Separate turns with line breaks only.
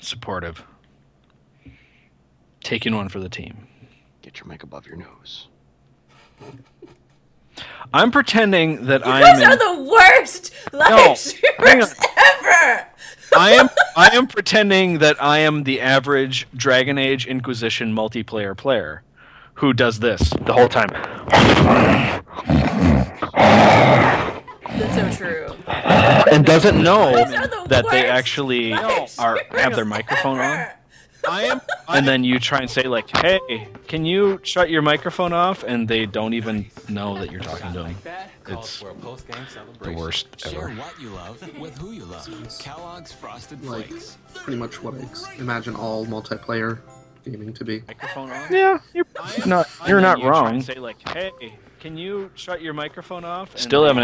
supportive. Taking one for the team.
Get your mic above your nose.
I'm pretending that
You
I am.
guys
in-
are the worst live
No, hang on.
streamers ever.
I am I am pretending that I am the average Dragon Age Inquisition multiplayer player who does this the whole time.
That's so true.
and doesn't
No,
You guys are the
that they
worst
actually
live
are have their
streamers
microphone on.
ever.
I am and then you try and say like, "Hey, can you shut your microphone off?" and they don't even know that you're talking to them.
that
It's
for a post-game celebration.
worst
Share
ever.
what you love with who you love. Kellogg's Frosted
Like-
Flakes.
pretty much what I ex- imagine all multiplayer gaming to be.
Microphone on.
Yeah, you're
I am-
not
and
you're
then
not
you try and
wrong.
Say like, "Hey, can you shut your microphone off?" and
Still
they-
haven't